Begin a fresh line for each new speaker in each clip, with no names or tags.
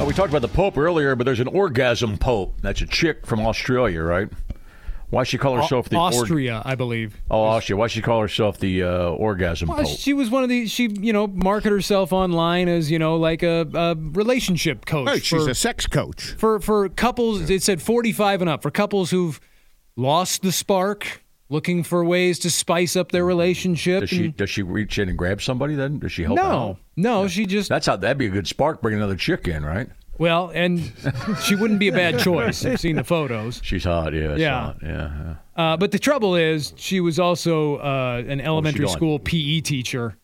Uh, we talked about the Pope earlier, but there's an orgasm Pope. That's a chick from Australia, right? Why she call herself the org-
Austria, I believe.
oh Austria? Why she call herself the uh, orgasm
Well,
Pope?
she was one of the she you know marketed herself online as you know like a, a relationship coach.
Hey, she's
for,
a sex coach.
for for couples. It said forty five and up for couples who've lost the spark, looking for ways to spice up their relationship.
Does she
and-
does she reach in and grab somebody? Then does she help?
no,
out?
no, she just
That's how that'd be a good spark. Bring another chick in, right?
well, and she wouldn't be a bad choice. I've seen the photos.
She's hot. Yeah. she's
Yeah.
Hot. Yeah. yeah.
Uh, but the trouble is, she was also uh, an elementary
going?
school PE teacher.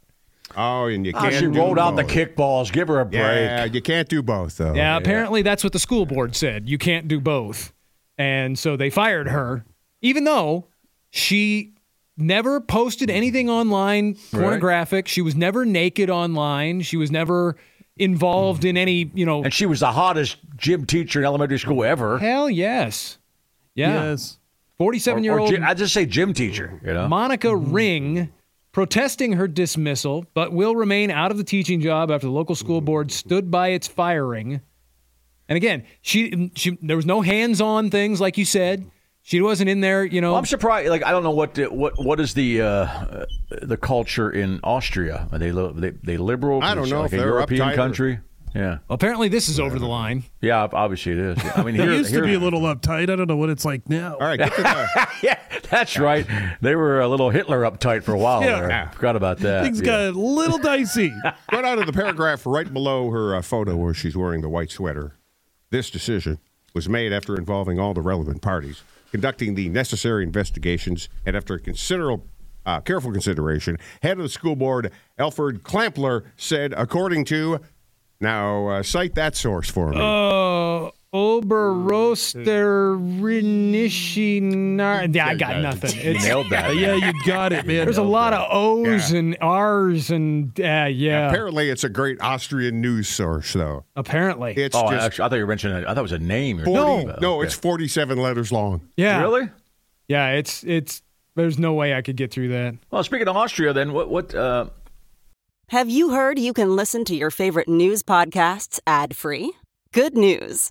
Oh, and you
Ah,
can't.
she
do
rolled out the
both.
kickballs. Give her a break.
Yeah, you can't do both
Oh,
though.
Yeah, apparently that's what the school board said. You can't do both. And so they fired her, even though she never posted anything online pornographic. She was never naked online. She was never involved in any, you know,
And she was the hottest gym teacher in elementary school ever.
hell yes. Yeah.
Yes.
47 year
Or
old
gy- I just say gym teacher. You know.
Monica Ring protesting her dismissal, but will remain out of the teaching job after the local school board stood by its firing. And again, she, she there was no hands-on things like you said. She wasn't in there, you know.
Well, I'm surprised. Like I don't know what the, what what is the uh, uh, the culture in Austria? Are they li- they, they liberal?
I don't
Is it
know
Like
if
a
they're
European
uptight or-
country. Yeah,
Apparently, this is over the line.
yeah. ob- Obviously it is. I mean,
It
here,
used
here-
to be a little uptight. I don't know what it's like now.
All right, get to the,
yeah, that's right. They were a little Hitler uptight for a while.
Yeah.
there. forgot about that.
Things
yeah.
got a little dicey.
right out of the paragraph right below her uh, photo where she's wearing the white sweater. This decision was made after involving all the relevant parties, conducting the necessary investigations, and after considerable. Uh, careful consideration. Head of the school board, Alfred Clampler, said, according to, now uh, cite that source for me.
Oh,
Uh, Oberrosterinischnar. Yeah, I got nothing.
You
It's,
nailed that.
yeah, you got it, man.
there's a lot of O's and R's and uh, yeah.
Apparently, it's a great Austrian news source, though.
Apparently,
It's
Oh,
just
actually, I thought you mentioned. It. I thought it was a name. Or
40,
something.
no,
Uh,
no,
okay.
it's 47 letters long.
yeah.
really.
Yeah, it's it's. There's no way I could get through that.
Well, speaking of Austria, then what what uh,
Have you heard you can listen to your favorite news podcasts ad free? Good news!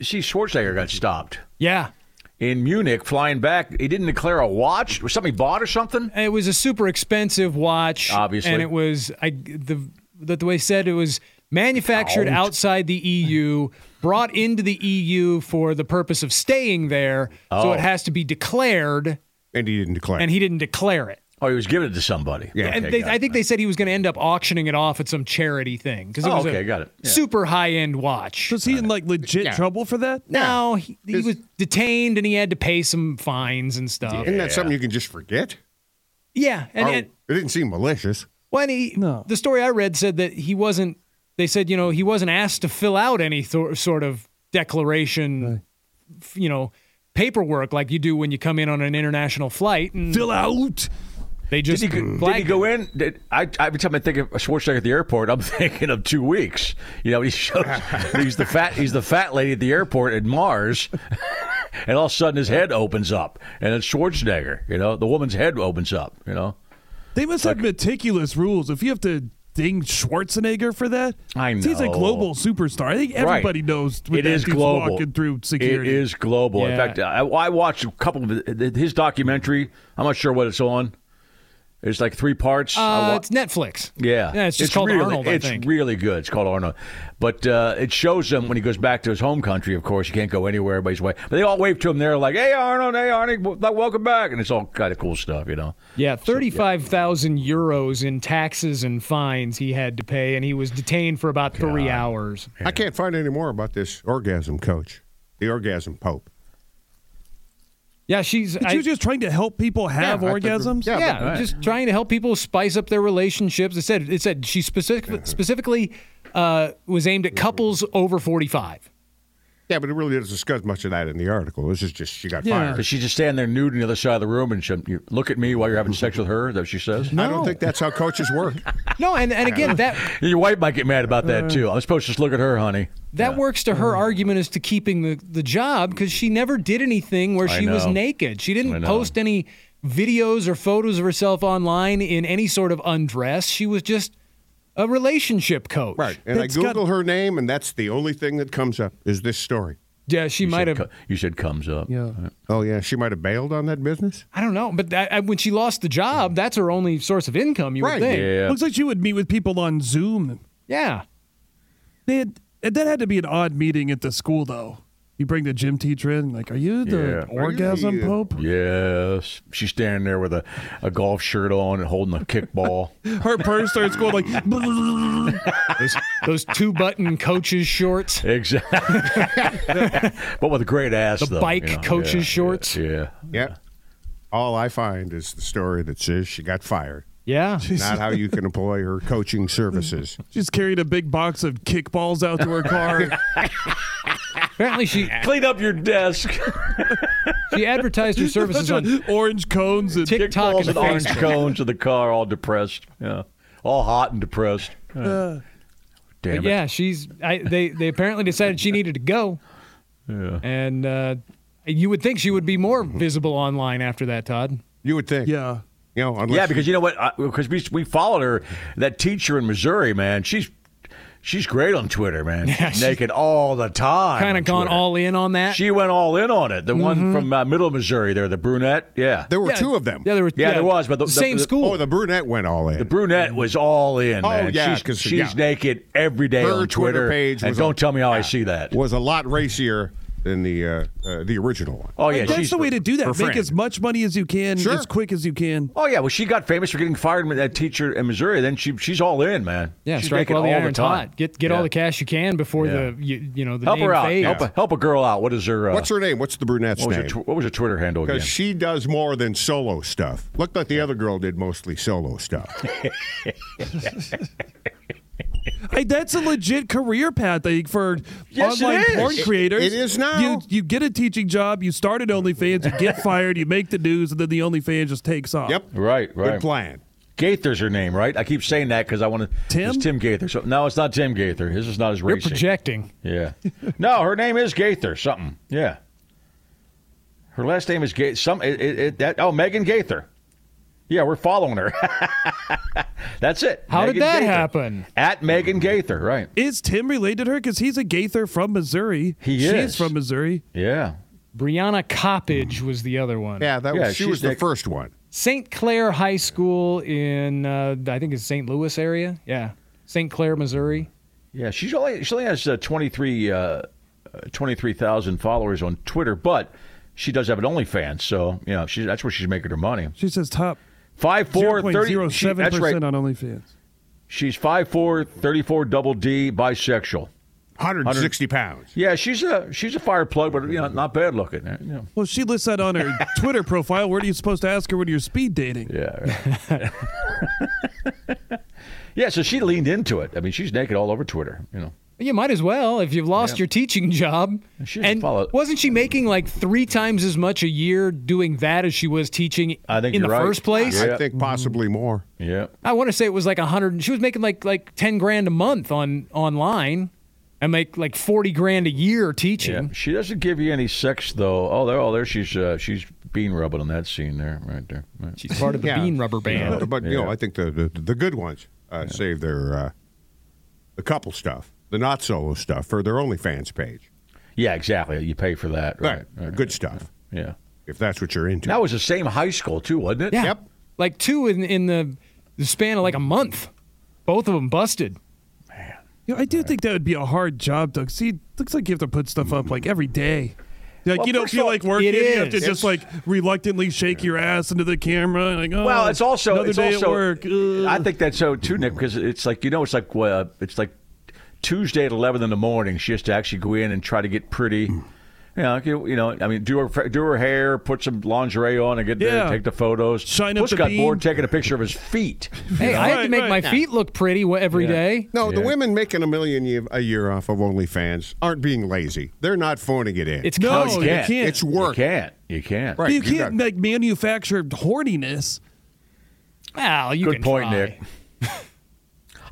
see Schwarzenegger got stopped
Yeah,
in Munich flying back. He didn't declare a watch. Was something he bought or something?
it was a super expensive watch.
Obviously.
and it was I the that the way it said it was manufactured outside the EU, brought into the EU for the purpose of staying there. So
Oh.
it has to be declared,
And he didn't declare.
and he didn't declare it.
Oh, he was giving it to somebody. Yeah,
and they, I think they said he was going to end up auctioning it off at some charity thing because it
Oh,
was
okay,
a
got it. Yeah.
super high end watch.
Was he in like legit trouble for that?
No, he, he was detained and he had to pay some fines and stuff. Yeah,
Isn't that something you can just forget?
and,
Or-
and
it didn't seem malicious.
When he, the story I read said that he wasn't. They said you know he wasn't asked to fill out any thor sort of declaration, f- you know, paperwork like you do when you come in on an international flight, and
Fill out.
they
Did
just
he, go- did he
flagged
go
him.
in? Did, I, every time I think of Schwarzenegger at the airport, I'm thinking of two weeks. You know, he shows he's the fat he's the fat lady at the airport at Mars, and all of a sudden his head opens up, and it's Schwarzenegger. You know, the woman's head opens up. You know,
They must have meticulous rules. If you have to ding Schwarzenegger for that,
I
he's a
know.
global superstar. I think
Right.
everybody knows when
It
that
is
dude's
global.
walking through security.
It is global. In
Yeah.
fact, I, I watched a couple of his documentary. I'm not sure what it's on. It's like three parts. I
Uh,
wa-
it's Netflix.
yeah,
yeah it's just called
really,
Arnold. I
It's
think.
really good. It's called Arnold, but uh, it shows him when he goes back to his home country. Of course, he can't go anywhere. Everybody's way, but they all wave to him. They're like, "Hey, Arnold! Hey, Arnie! w- like, Welcome back!" And it's all kind of cool stuff, you know.
yeah, thirty-five thousand euros in taxes and fines he had to pay, and he was detained for about three hours.
I can't find any more about this orgasm coach, the orgasm pope.
Yeah, she's.
But
I-
you're just trying to help people have
I think we're-
orgasms.
yeah,
yeah,
right.
just trying to help people spice up their relationships. It said it said she specifically specifically uh, was aimed at couples over forty-five.
Yeah, but it really doesn't discuss much of that in the article. This is just she got
Yeah.
fired.
Does she just stand there nude on the other side of the room and she, you look at me while you're having sex with her? Is That what she says.
I don't think that's how coaches work.
No, and, and again that
Your wife might get mad about
Uh.
that too. I'm supposed to just look at her, honey.
that works to her argument as to keeping the the job because she never did anything where
I
she was
know.
naked. She
I
didn't
know.
post any videos or photos of herself online in any sort of undress. She was just a relationship coach.
Right. And
That's
I
got-
Google her name, and that's the only thing that comes up is this story.
Yeah, she
You
might
said
have.
co- you said comes up. Yeah.
Oh, yeah, she might have bailed on that business.
I don't know, but that, when she lost the job, that's her only source of income. You
Right.
would think.
Yeah.
Looks like you would meet with people on Zoom.
yeah.
They had, that had to be an odd meeting at the school, though. You bring the gym teacher in, like, are you the
Yeah.
orgasm
the, uh,
pope?
Yes. She's standing there with a, a golf shirt on and holding a kickball.
Her purse starts going like,
Those, those two button coaches shorts.
exactly. but with a great ass,
The
though,
bike coach's
Yeah,
shorts.
Yeah. yeah.
Yeah. All I find is the story that says she got fired.
Yeah.
Not how you can employ her coaching services.
she's carried a big box of kickballs out to her car.
Apparently she
Clean up your desk.
she advertised her services on
Orange cones and
TikTok
Kickballs
and
and orange
Facebook.
cones in the car, all depressed. Yeah. All hot and depressed. Yeah. Damn
But
it.
Uh. yeah, she's. I, they they apparently decided she needed to go. Yeah. And uh, you would think she would be more
Mm-hmm.
visible online after that, Todd.
You would think.
yeah.
You know, unless
Yeah, because you know what? Because we we followed her, that teacher in Missouri, man. She's she's great on Twitter, man.
she's
Naked all the time. on
Kind of gone
Twitter.
all Mm-hmm. in on that.
She went all in on it. The one from uh, Middle Missouri, there, the brunette. Yeah,
there were
Yeah.
two of them.
Yeah, there, were,
Yeah, there was, but the- the-
same
the-
school.
Oh, the brunette went all in.
the brunette was all in.
Oh,
man.
yeah,
she's,
'cause-
she's
yeah.
naked every day
Her
on
Twitter page
And
was
don't
on-
tell me how I see that.
was a lot racier than the uh, uh, the original one.
Oh yeah,
That's
she's
the way to do that.
her
Make
friend.
as much money as you can,
Sure.
as quick as you can.
Oh yeah, well she got famous for getting fired with that teacher in Missouri. Then she she's all in, man.
yeah,
she's
strike
naked
while the
all
iron's
the time.
hot. Get get all
Yeah.
the cash you can before
Yeah.
the you, you know the
Help
name
her out.
fades.
Help a help a girl out. What is her? Uh,
What's her name? What's the brunette's
What was, her
name?
tw- what was her Twitter handle again?
Because she does more than solo stuff. Looked like the other girl did mostly solo stuff.
Hey, that's a legit career path I think, for
Yes, it
online
is.
porn
It-
creators.
it is now.
You, you get a teaching job, you start at OnlyFans, you get fired, you make the news, and then the OnlyFans just takes off.
yep.
Right,
Good
right.
plan.
Gaither's her name, right? I keep saying that because I want to.
Tim?
It's Tim Gaither. So no, it's not Tim Gaither. This is not his
You're
racy.
projecting.
yeah. No, her name is Gaither. Something. Yeah. Her last name is Gaither. Some. It, it, it, that. Oh, Megan Gaither. Yeah, we're following her. That's it.
How did
Megan
that
Gaither.
happen?
At Megan Gaither, right?
Is Tim related to her? Because he's a Gaither from Missouri.
He
She's
is.
from Missouri.
Yeah.
Brianna Coppage was the other one.
Yeah, that
Yeah,
was, she
she's
was the
like-
first one.
St. Clair High School in uh, I think it's St. Louis area. Yeah, St. Clair, Missouri.
Yeah, she's only she only has uh, 23 uh, uh, 23,000 followers on Twitter, but she does have an OnlyFans, so you know she, that's where she's making her money.
She says top
Five four thirty. she-
0.07%
That's right.
on OnlyFans.
She's 5'4", 34 double D, bisexual.
160 pounds.
Yeah, she's a she's a fire plug, but you know not bad looking. eh? You know.
Well, she lists that on her Twitter profile. Where are you supposed to ask her when you're speed dating?
Yeah. yeah, so she leaned into it. I mean, she's naked all over Twitter. You know.
You might as well if you've lost your teaching job.
She doesn't
and
follow-
wasn't she making like three times as much a year doing that as she was teaching
I think
in the
you're right.
first place?
Yeah. Mm-hmm.
I think possibly more.
Yeah.
I want to say it was like a hundred. She was making like like ten grand a month on online. and make like 40 grand a year
Yeah.
teaching.
She doesn't give you any sex though. Oh, there, oh, there. She's uh, she's bean rubbing on that scene there, right there. Right.
She's part of the
Yeah.
bean rubber
Uh,
band.
but you know, I think the the, the good ones uh, save their uh, the couple stuff, the not solo stuff for their OnlyFans page.
Yeah, exactly. You pay for that, right?
Right, the good stuff.
Yeah.
If that's what you're into.
That was the same high school too, wasn't it?
Yeah.
Yep.
Like two in, in the, the span of like a month. Both of them busted.
You know, I do think that would be a hard job, Doug. See, it looks like you have to put stuff up like every day. Like
Well,
you don't
first of
feel
all,
like working,
it
you have to
is.
just like reluctantly shake your ass into the camera. Like, oh,
Well, it's also
another
it's
day
also
at work. Ugh.
I think that's so too, Nick, because it's like you know, it's like uh, it's like Tuesday at eleven in the morning. She has to actually go in and try to get pretty.
Mm.
You know, you you know, I mean, do her do her hair, put some lingerie on, and get there,
Yeah.
and take the photos.
Shine up
Puss
the
got
beam.
bored taking a picture of his feet.
Hey, I had to
Right,
make
right.
my
Yeah.
feet look pretty wh- every
Yeah.
day.
no, the women making a million ye- a year off of OnlyFans aren't being lazy. They're not phoning it in.
It's
no,
constant.
Oh, you can't.
It's work.
You can't. You can't.
Right. you
you can't
got-
like manufacture horniness.
Well, you
Good
can
point,
try.
Nick.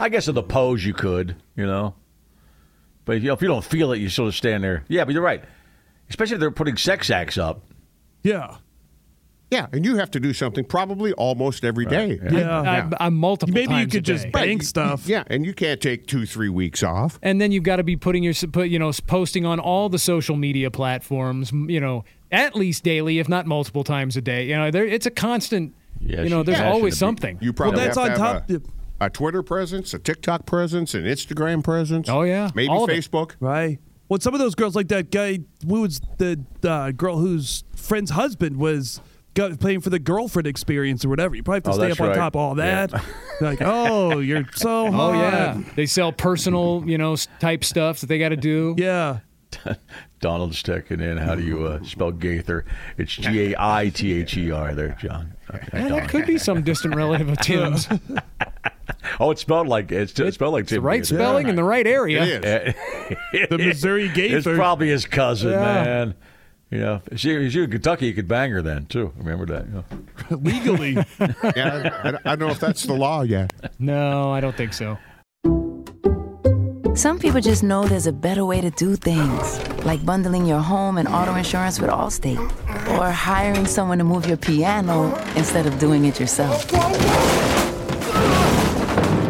I guess in the pose you could, you know. But you know, if you don't feel it, you sort of stand there. Yeah, but you're right. Especially if they're putting sex acts up.
Yeah,
yeah, and you have to do something probably almost every day.
yeah.
I, I'm multiple
Maybe you
times a
could just
day.
bank stuff.
Yeah, and you can't take two, three weeks off.
and then you've got to be putting your put, you know posting on all the social media platforms m- you know at least daily if not multiple times a day you know there it's a constant
Yeah,
you know
she
there's
has
always
to be-
something
You probably
that's
have to
on
have
top-
a, a Twitter presence, a TikTok presence, an Instagram presence.
Oh, yeah.
maybe
All of it.
Facebook.
Right. Well, some of those girls, like that guy who was the uh, girl whose friend's husband was got, playing for the girlfriend experience or whatever. You probably have to
Oh,
stay
that's
up on
right.
top of all that. like, oh, you're so
oh
hot.
yeah they sell personal you know s- type stuff that they got to do
Yeah.
Donald's checking in. How do you uh, spell Gaither? It's G A I T H E R. There, John.
Yeah, that could be some distant relative of Tim's. It's
Oh, it's spelled like it's it's spelled like
the
Tim
right
Gaither.
spelling in the right area.
It is.
The Missouri
It's
Gaither.
probably his cousin,
Yeah.
man. You know, if she was you in Kentucky, you could bang her then too. Remember that? you know.
legally.
yeah, I, I don't know if that's the law yet.
No, I don't think so.
Some people just know there's a better way to do things, like bundling your home and auto insurance with Allstate, or hiring someone to move your piano instead of doing it yourself.